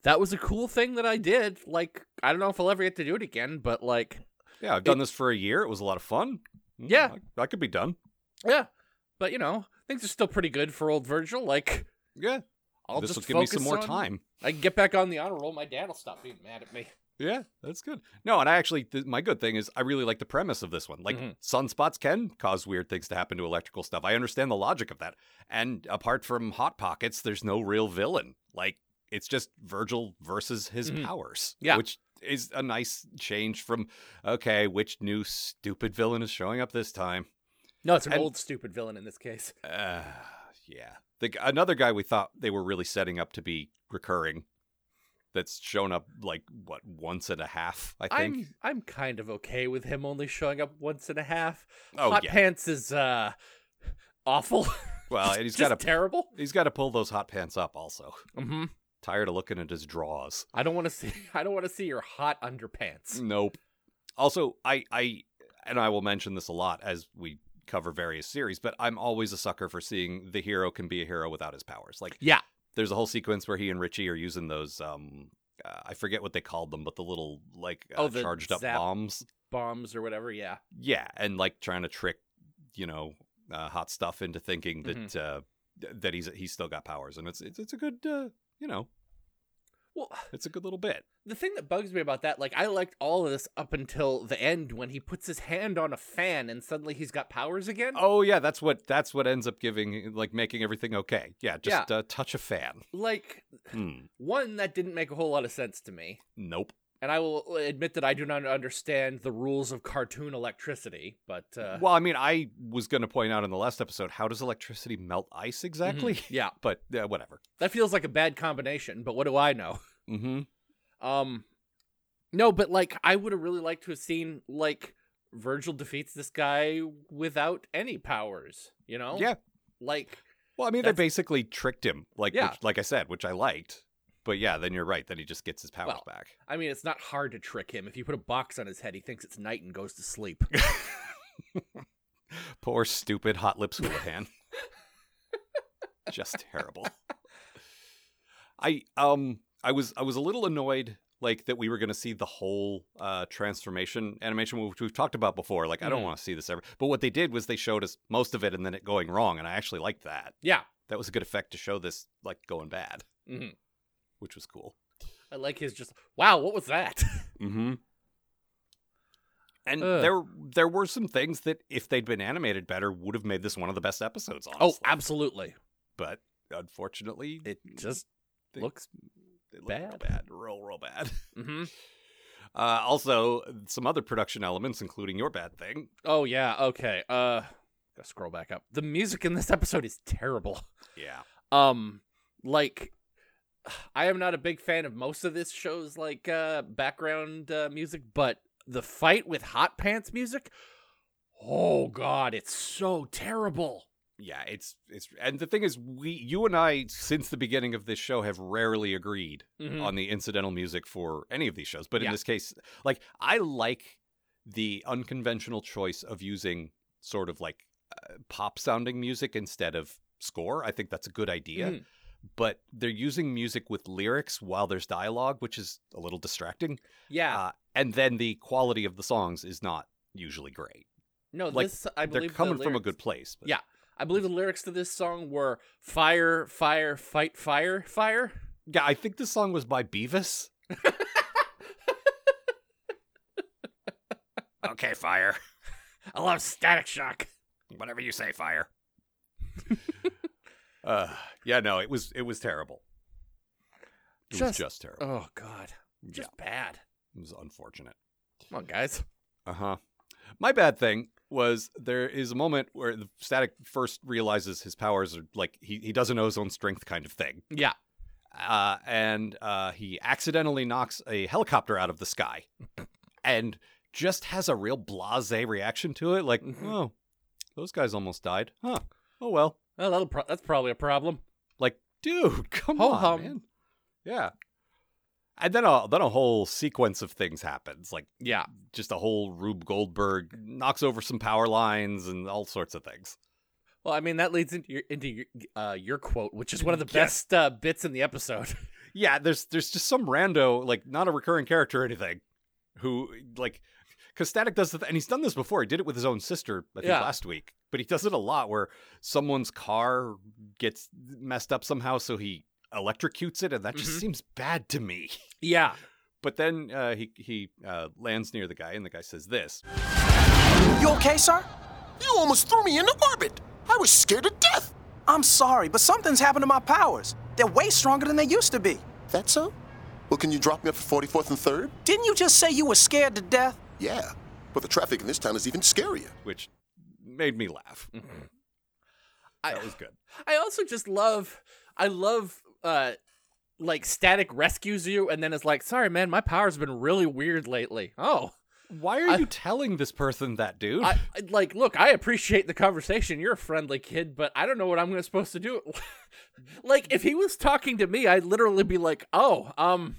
S4: that was a cool thing that I did. Like I don't know if I'll ever get to do it again, but like
S3: Yeah, I've done this for a year. It was a lot of fun. Mm,
S4: Yeah.
S3: I, I could be done.
S4: yeah. But you know, things are still pretty good for old Virgil. Like
S3: Yeah,
S4: I'll
S3: this will
S4: just
S3: give me some
S4: focus
S3: more
S4: on-
S3: time.
S4: I can get back on the honor roll. My dad will stop being mad at me.
S3: Yeah, that's good. No, and I actually, th- my good thing is I really like the premise of this one. Like,
S4: Mhm.
S3: sunspots can cause weird things to happen to electrical stuff. I understand the logic of that. And apart from Hot Pockets, there's no real villain. Like, it's just Virgil versus his
S4: Mhm.
S3: powers.
S4: Yeah.
S3: Which is a nice change from, okay, which new stupid villain is showing up this time?
S4: No, it's an
S3: And-
S4: old stupid villain in this case.
S3: Uh, yeah. The, g- another guy we thought they were really setting up to be recurring that's shown up, like, what, once and a half, I think?
S4: I'm I'm kind of okay with him only showing up once and a half.
S3: Oh,
S4: Hot
S3: yeah.
S4: pants is uh awful.
S3: Well, Uh, and he's got a
S4: terrible.
S3: He's got to pull those hot pants up. Also,
S4: Mm-hmm.
S3: tired of looking at his drawers.
S4: I don't want to see. I don't want to see your hot underpants.
S3: Nope. Also, I, I, and I will mention this a lot as we cover various series, but I'm always a sucker for seeing the hero can be a hero without his powers. Like,
S4: Yeah.
S3: there's a whole sequence where he and Richie are using those. um uh, I forget what they called them, but the little like uh,
S4: Oh, the
S3: charged up
S4: zap-
S3: bombs.
S4: Bombs or whatever. Yeah.
S3: Yeah, and like trying to trick, you know, uh, hot stuff into thinking that
S4: Mm-hmm.
S3: uh, th- that he's he's still got powers, and it's it's, it's a good uh, you know
S4: Well,
S3: it's a good little bit.
S4: the thing that bugs me about that, like, I liked all of this up until the end when he puts his hand on a fan and suddenly he's got powers again.
S3: Oh yeah, that's what that's what ends up giving like making everything okay. Yeah, just Uh, touch a fan.
S4: Like,
S3: Hmm.
S4: one that didn't make a whole lot of sense to me,
S3: Nope.
S4: and I will admit that I do not understand the rules of cartoon electricity. But uh,
S3: well, I mean, I was going to point out in the last episode how does electricity melt ice
S4: mhm,
S3: exactly?
S4: yeah,
S3: but uh, whatever.
S4: that feels like a bad combination. But what do I know?
S3: Mm-hmm.
S4: Um, no, but like I would have really liked to have seen like Virgil defeats this guy without any powers. You know?
S3: Yeah.
S4: Like
S3: Well, I mean,
S4: Oh. That's-
S3: they basically tricked him. Like
S4: Yeah.
S3: which, like I said, which I liked. But yeah, then you're right. Then he just gets his powers
S4: Well,
S3: back.
S4: I mean, it's not hard to trick him. If you put a box on his head, he thinks it's night and goes to sleep.
S3: Poor stupid hot lips Houlihan. Just terrible. I um I was I was a little annoyed like that we were going to see the whole uh transformation animation which we've talked about before like I don't
S4: Mhm.
S3: want to see this ever but what they did was they showed us most of it and then it going wrong and I actually liked that
S4: yeah.
S3: that was a good effect to show this like going bad
S4: hmm
S3: which was cool
S4: I like his just wow. What was that?
S3: Mm-hmm. And
S4: Ugh.
S3: there there were some things that if they'd been animated better would have made this one of the best episodes honestly
S4: oh, absolutely.
S3: but unfortunately,
S4: It just
S3: they-
S4: looks
S3: it It looked real
S4: Bad.
S3: bad, real, real bad.
S4: Mm-hmm.
S3: Uh, also, some other production elements, including your bad thing.
S4: Oh yeah. Okay. Uh, gotta scroll back up. The music in this episode is terrible.
S3: Yeah.
S4: Um, like, I am not a big fan of most of this show's like uh background uh, music, but the fight with Hot Pants music. Oh God, it's so terrible.
S3: Yeah, it's it's and the thing is we you and I since the beginning of this show have rarely agreed
S4: Mhm.
S3: on the incidental music for any of these shows. But
S4: Yeah.
S3: in this case, like I like the unconventional choice of using sort of like uh, pop sounding music instead of score. I think that's a good idea.
S4: Mhm.
S3: But they're using music with lyrics while there's dialogue, which is a little distracting.
S4: Yeah.
S3: Uh, and then the quality of the songs is not usually great.
S4: no,
S3: like,
S4: this I
S3: They're
S4: believe the
S3: coming from a
S4: lyrics-
S3: good place. but-
S4: Yeah. I believe the lyrics to this song were fire, fire, fight, fire, fire.
S3: Yeah, I think this song was by Beavis. okay, fire.
S4: I love Static Shock.
S3: Whatever you say, fire. uh, yeah, no, it was it was terrible. It was
S4: Just-
S3: just terrible.
S4: Oh God, just bad.
S3: It was unfortunate.
S4: Come on, guys.
S3: Uh huh. My bad thing was there is a moment where the static first realizes his powers are like he, he doesn't know his own strength kind of thing.
S4: Yeah.
S3: uh, and uh, he accidentally knocks a helicopter out of the sky and just has a real blase reaction to it like
S4: Mhm.
S3: oh those guys almost died huh oh well
S4: Well, that'll pro- that's probably a problem.
S3: like dude come
S4: Ho
S3: on
S4: hum.
S3: man yeah and then a, then a whole sequence of things happens like
S4: Yeah.
S3: just a whole rube goldberg knocks over some power lines and all sorts of things
S4: Well, I mean that leads into your into your uh, your quote, which is one of the
S3: Yeah.
S4: best uh, bits in the episode.
S3: Yeah, there's there's just some rando, like not a recurring character or anything, who like because Static does the th- and he's done this before. He did it with his own sister, I think,
S4: Yeah.
S3: last week. But he does it a lot where someone's car gets messed up somehow, so he electrocutes it, and that just
S4: Mhm.
S3: seems bad to me.
S4: yeah.
S3: But then uh, he he uh, lands near the guy, and the guy says this.
S1: You okay, sir?
S5: You almost threw me in the orbit. I was scared to death.
S1: I'm sorry, but something's happened to my powers. They're way stronger than they used to be.
S5: That so? Well, can you drop me up for 44th and 3rd?
S1: Didn't you just say you were scared to death?
S5: Yeah, but the traffic in this town is even scarier.
S3: which made me laugh.
S4: I-
S3: That was good.
S4: I also just love I love uh like static rescues you and then it's like, sorry man, my power's been really weird lately. Oh.
S3: Why are
S4: I-
S3: you telling this person that, dude?
S4: I, I- like look, I appreciate the conversation. You're a friendly kid, but I don't know what I'm gonna supposed to do. like if he was talking to me, I'd literally be like, "Oh, um,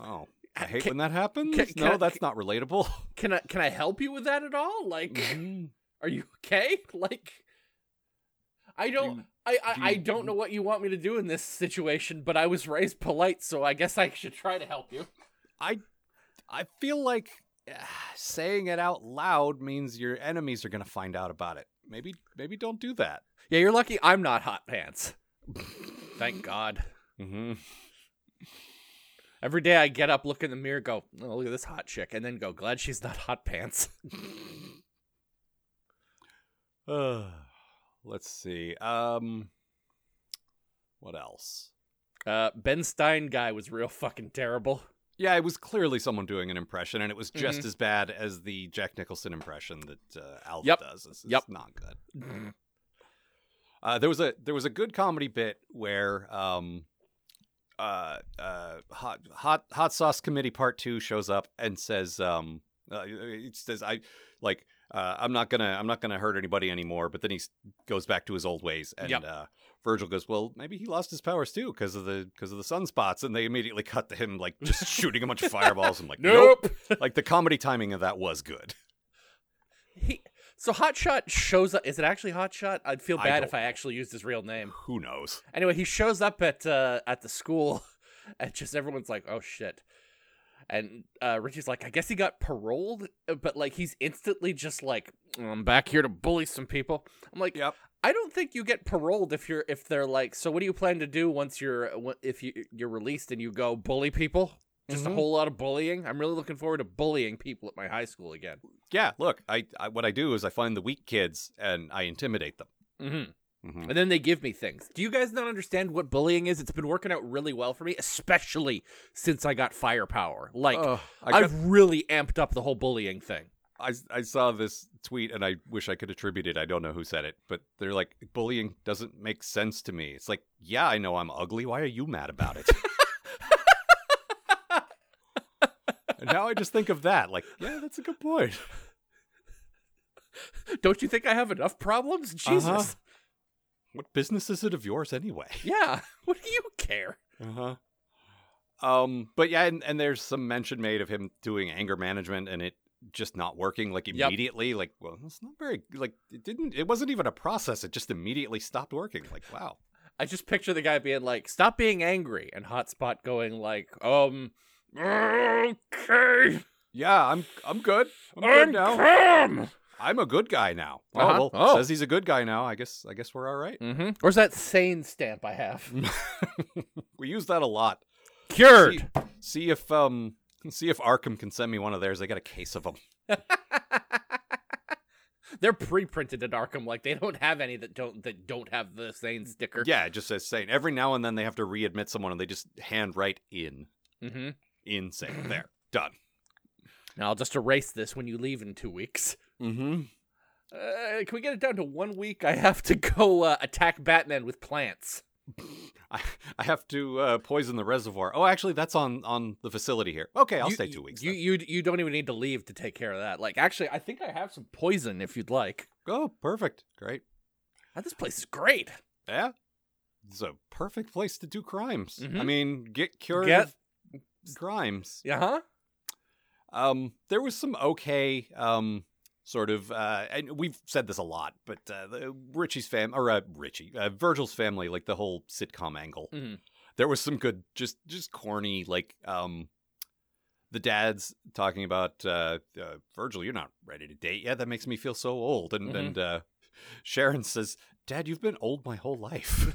S3: oh, I hate
S4: Can-
S3: when that happens.
S4: can- can
S3: no,
S4: I-
S3: that's not relatable.
S4: can I can I help you with that at all? Like, are you okay? Like, I don't."
S3: You-
S4: I, I,
S3: do
S4: I
S3: you-
S4: don't know what you mm-hmm. want me to do in this situation, but I was raised polite, so I guess I should try to help you.
S3: I I feel like uh, saying it out loud means your enemies are going to find out about it. Maybe maybe don't do that.
S4: Yeah, you're lucky I'm not hot pants. Thank God.
S3: Mm-hmm.
S4: Every day I get up, look in the mirror, go, oh, look at this hot chick, and then go, glad she's not hot pants.
S3: Uh, let's see. Um, what else?
S4: Uh, ben Stein guy was real fucking terrible.
S3: Yeah, it was clearly someone doing an impression, and it was just
S4: Mm-hmm.
S3: as bad as the Jack Nicholson impression that uh, Alva
S4: Yep.
S3: does. It's, it's
S4: Yep. Mm-hmm.
S3: not good. Uh, there was a there was a good comedy bit where um, uh, uh, hot hot hot sauce committee part two shows up and says um, uh, it says I like uh, I'm not gonna I'm not gonna hurt anybody anymore. But then he s- goes back to his old ways and.
S4: Yep.
S3: Uh, Virgil goes, well, maybe he lost his powers too because of the because of the sunspots, and they immediately cut to him like just shooting a bunch of fireballs. I'm like, nope. Like the comedy timing of that was good.
S4: He, so Hot Shot shows up. Is it actually Hot Shot? I'd feel
S3: I
S4: bad
S3: don't
S4: if I actually used his real name.
S3: Who knows?
S4: Anyway, he shows up at uh, at the school, and just everyone's like, "Oh shit!" And uh, Richie's like, "I guess he got paroled," but like he's instantly just like, "I'm back here to bully some people." I'm like,
S3: Yep.
S4: I don't think you get paroled if you're if they're like, so what do you plan to do once you're wh- if you you're released and you go bully people? Just a
S3: Mhm.
S4: whole lot of bullying. I'm really looking forward to bullying people at my high school again.
S3: Yeah, look, I, I what I do is I find the weak kids and I intimidate them.
S4: Mm-hmm. And then they give me things. Do you guys not understand what bullying is? It's been working out really well for me, especially since I got firepower. Like,
S3: Ugh, I got-
S4: I've really amped up the whole bullying thing.
S3: I, I saw this tweet and I wish I could attribute it. I don't know who said it, but they're like, bullying doesn't make sense to me. It's like, yeah, I know I'm ugly. Why are you mad about it? and now I just think of that. Like, yeah, that's a good point.
S4: Don't you think I have enough problems? Jesus.
S3: Uh-huh. What business is it of yours anyway?
S4: Yeah. What do you care?
S3: Uh-huh. Um, but yeah, and, and there's some mention made of him doing anger management and it just not working like
S4: Yep.
S3: immediately. Like, well, that's not very like it didn't it wasn't even a process, it just immediately stopped working. Like, wow.
S4: I just picture the guy being like, "Stop being angry," and Hotspot going like, "Um, okay,
S3: Yeah, I'm I'm good. I'm good
S4: I'm
S3: now.
S4: calm."
S3: I'm a good guy now.
S4: Uh-huh.
S3: Oh well
S4: Oh.
S3: says he's a good guy now. I guess I guess we're all right.
S4: Mm-hmm. Where's that sane stamp I have?
S3: We use that a lot. See,
S4: Cured.
S3: see if um see if Arkham can send me one of theirs. They got a case of them.
S4: They're pre-printed at Arkham. Like they don't have any that don't that don't have the sane sticker.
S3: Yeah, it just says sane. Every now and then they have to readmit someone and they just hand write in.
S4: Mm-hmm.
S3: Insane. There. Done.
S4: Now I'll just erase this when you leave in two weeks.
S3: Mm-hmm.
S4: Uh, can we get it down to one week? I have to go uh, attack Batman with plants.
S3: I, I have to uh, poison the reservoir. Oh, actually, that's on on the facility here. Okay, I'll
S4: You-
S3: stay two weeks.
S4: You
S3: then.
S4: you you don't even need to leave to take care of that. Like actually, I think I have some poison if you'd like.
S3: Oh, perfect. Great.
S4: Ah, this place is great.
S3: Yeah. It's a perfect place to do crimes. I
S4: Mhm.
S3: mean, get cured
S4: Get-
S3: of crimes.
S4: Yeah, huh?
S3: Um, there was some okay, um, sort of, uh, and we've said this a lot, but uh, the, Richie's fam or uh, Richie, uh, Virgil's family, like the whole sitcom angle.
S4: Mhm.
S3: There was some good, just just corny, like um, the dad's talking about uh, uh, Virgil, you're not ready to date yet. That makes me feel so old, and
S4: Mhm.
S3: and uh, Sharon says, Dad, you've been old my whole life.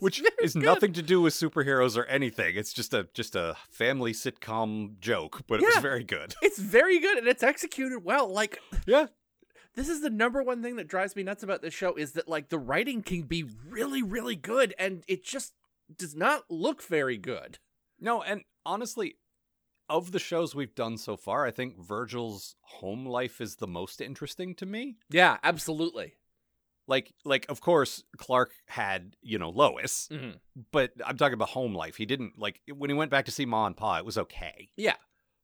S3: Which is nothing to do with superheroes or anything. It's just a just a family sitcom joke, but it was
S4: Yeah.
S3: very good.
S4: It's very good and it's executed well. Like
S3: Yeah.
S4: this is the number one thing that drives me nuts about this show is that like the writing can be really really good and it just does not look very good.
S3: No, and honestly, of the shows we've done so far, I think Virgil's home life is the most interesting to me.
S4: Yeah, absolutely.
S3: Like like of course Clark had, you know, Lois,
S4: Mhm.
S3: but I'm talking about home life. He didn't like when he went back to see Ma and Pa, it was okay.
S4: Yeah,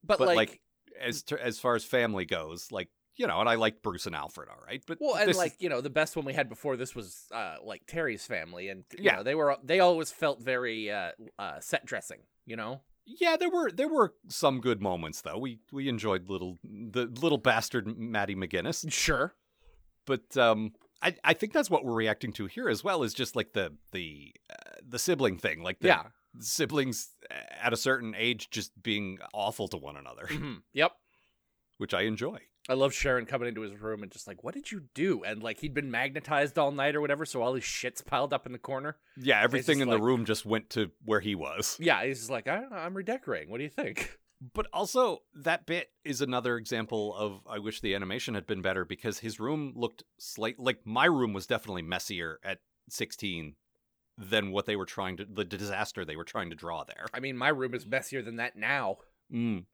S4: but,
S3: But,
S4: like,
S3: like, As to, as far as family goes, like, you know, and I like Bruce and Alfred, all right? But
S4: well, and
S3: this is-
S4: like you know the best one we had before this was uh like Terry's family and you
S3: Yeah.
S4: know, they were they always felt very uh, uh set dressing. You know,
S3: Yeah, there were there were some good moments though. We we enjoyed little the little bastard Maddie McGinnis,
S4: sure.
S3: but um, I I think that's what we're reacting to here as well is just like the the uh, the sibling thing, like the
S4: yeah.
S3: siblings at a certain age just being awful to one another,
S4: Mhm. Yep.
S3: which I enjoy.
S4: I love Sharon coming into his room and just like, what did you do? And like, he'd been magnetized all night or whatever, so all his shit's piled up in the corner.
S3: Yeah, everything
S4: just
S3: in
S4: like-
S3: the room just went to where he was.
S4: Yeah, he's just like, I don't know, I'm redecorating. What do you think?
S3: But also that bit is another example of I wish the animation had been better because his room looked slight like my room was definitely messier at 16 than what they were trying to the disaster they were trying to draw there.
S4: I mean, my room is messier than that now.
S3: Mm.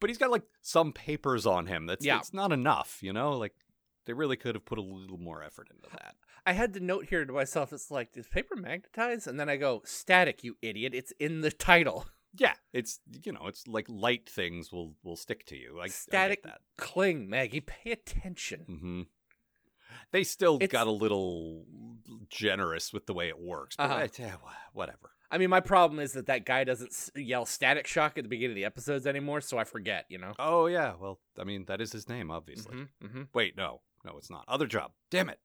S3: But he's got like some papers on him. That's
S4: Yeah.
S3: it's not enough, you know? Like they really could have put a little more effort into that.
S4: I had the note here to myself. It's like, is paper magnetized? And then I go, static, you idiot. It's in the title.
S3: Yeah, it's you know, it's like light things will will stick to you. I I get
S4: static
S3: that.
S4: cling, Maggie. Pay attention.
S3: hmm They still
S4: It's-
S3: got a little generous with the way it works, but
S4: Uh-huh.
S3: I- yeah, wha- whatever.
S4: I mean, my problem is that that guy doesn't s- yell static shock at the beginning of the episodes anymore, so I forget, you know?
S3: Oh yeah, well, I mean that is his name, obviously.
S4: mm-hmm.
S3: Wait, no, no, it's not. Other job. Damn it.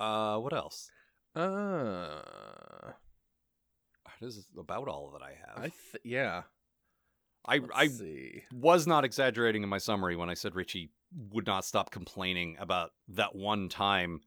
S3: uh, what else?
S4: mm-hmm. Uh,
S3: This is about all that I have.
S4: I th- yeah.
S3: I
S4: Let's
S3: I
S4: see.
S3: was not exaggerating in my summary when I said Richie would not stop complaining about that one time.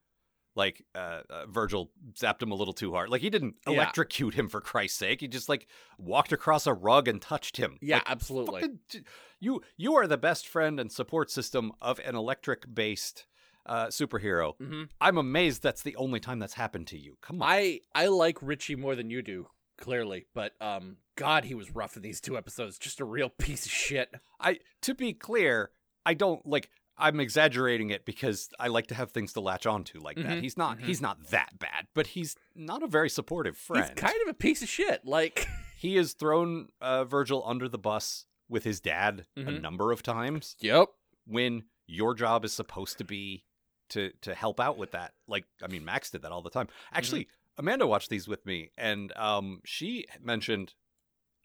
S3: Like uh, uh, Virgil zapped him a little too hard. Like he didn't
S4: Yeah.
S3: electrocute him for Christ's sake. He just like walked across a rug and touched him.
S4: Yeah,
S3: Like,
S4: absolutely.
S3: fucking- you you are the best friend and support system of an electric based uh, uh, superhero. I'm amazed that's the only time that's happened to you. Come on.
S4: Mm-hmm. I I like Richie more than you do, clearly, but um, God, he was rough in these two episodes. Just a real piece of shit.
S3: I to be clear, I don't like I'm exaggerating it because I like to have things to latch onto like that. He's not he's not that bad, but he's not a very supportive friend.
S4: He's kind of a piece of shit. Like,
S3: He has thrown uh, Virgil under the bus with his dad a
S4: Mhm.
S3: number of times
S4: yep.
S3: when your job is supposed to be to to help out with that. Like I mean Max did that all the time. Actually, Amanda watched these with me and um she mentioned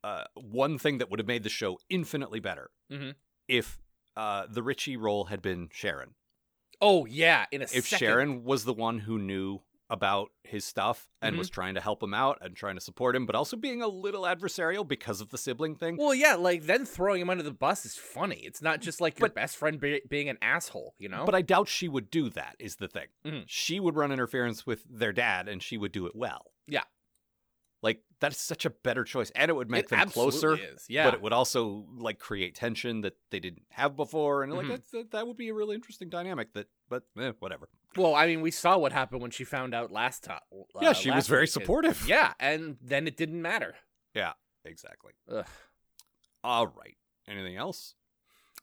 S3: uh one thing that would have made the show infinitely better
S4: Mhm.
S3: if uh the Richie role had been Sharon.
S4: Oh yeah, in a
S3: If
S4: second.
S3: Sharon was the one who knew about his stuff and was trying to help him out and trying to support him, but also being a little adversarial because of the sibling thing.
S4: Well, yeah, like then throwing him under the bus is funny. It's not just like your best friend be- being an asshole, you know.
S3: But I doubt she would do that, is the thing.
S4: Mhm.
S3: She would run interference with their dad and she would do it well.
S4: Yeah.
S3: Like, that's such a better choice. And it would make
S4: It
S3: them
S4: absolutely
S3: closer.
S4: is, yeah.
S3: But it would also, like, create tension that they didn't have before. And, like,
S4: Mhm.
S3: that's, that, that would be a really interesting dynamic that, but eh, whatever.
S4: well, I mean, we saw what happened when she found out last time.
S3: yeah, she was very supportive.
S4: Yeah, and then it didn't matter.
S3: Exactly.
S4: Ugh.
S3: All right. Anything else?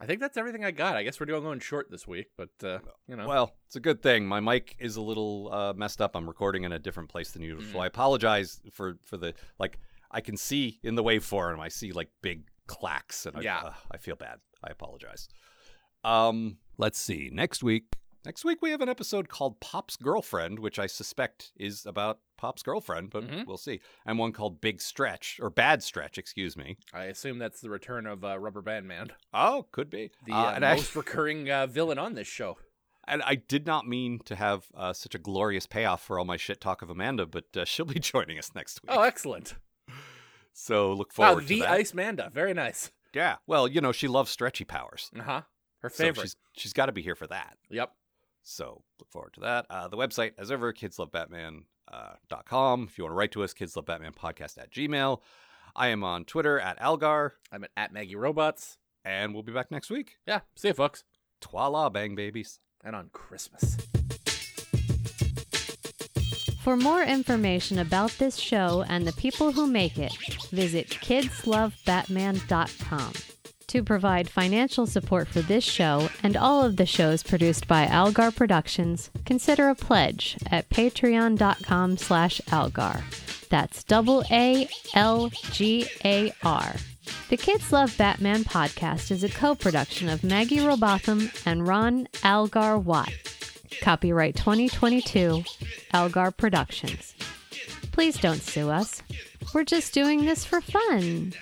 S4: I think that's everything I got. I guess we're doing going short this week, but uh, you know,
S3: Well, it's a good thing. My mic is a little uh, messed up. I'm recording in a different place than usual,
S4: Hmm.
S3: so I apologize for for the like. I can see in the waveform. I see like big clacks, and I,
S4: Yeah.
S3: uh, I feel bad. I apologize. Um, let's see. Next week, next week we have an episode called Pop's Girlfriend, which I suspect is about Pop's girlfriend, but
S4: Mhm.
S3: we'll see. And one called Big Stretch or Bad Stretch, excuse me.
S4: I assume that's the return of uh, Rubber Band Man,
S3: Oh, could be
S4: the
S3: Uh,
S4: uh,
S3: and I-
S4: most recurring uh, villain on this show.
S3: And I did not mean to have uh, such a glorious payoff for all my shit talk of Amanda, but uh, she'll be joining us next week.
S4: Oh, excellent!
S3: so look
S4: Wow,
S3: forward to
S4: the
S3: that.
S4: Ice Manda, very nice.
S3: Yeah. Well, you know, she loves stretchy powers.
S4: Uh huh. Her
S3: So
S4: favorite.
S3: she's she's got to be here for that.
S4: yep.
S3: So look forward to that. Uh, the website, as ever, kidslovebatman.com. Uh, dot com. if you want to write to us, kidslovebatmanpodcast at gmail. I am on Twitter at Algar,
S4: I'm at, at Maggie Robots.
S3: and we'll be back next week.
S4: Yeah. See you, folks.
S3: Twala, bang babies.
S4: and on Christmas.
S2: For more information about this show and the people who make it, visit kidslovebatman.com. To provide financial support for this show and all of the shows produced by Algar Productions, consider a pledge at patreon.com slash algar. That's double A L G A R. The Kids Love Batman podcast is a co-production of Maggie Robotham and Ron Algar Watt. Copyright 2022, Algar Productions. Please don't sue us. We're just doing this for fun.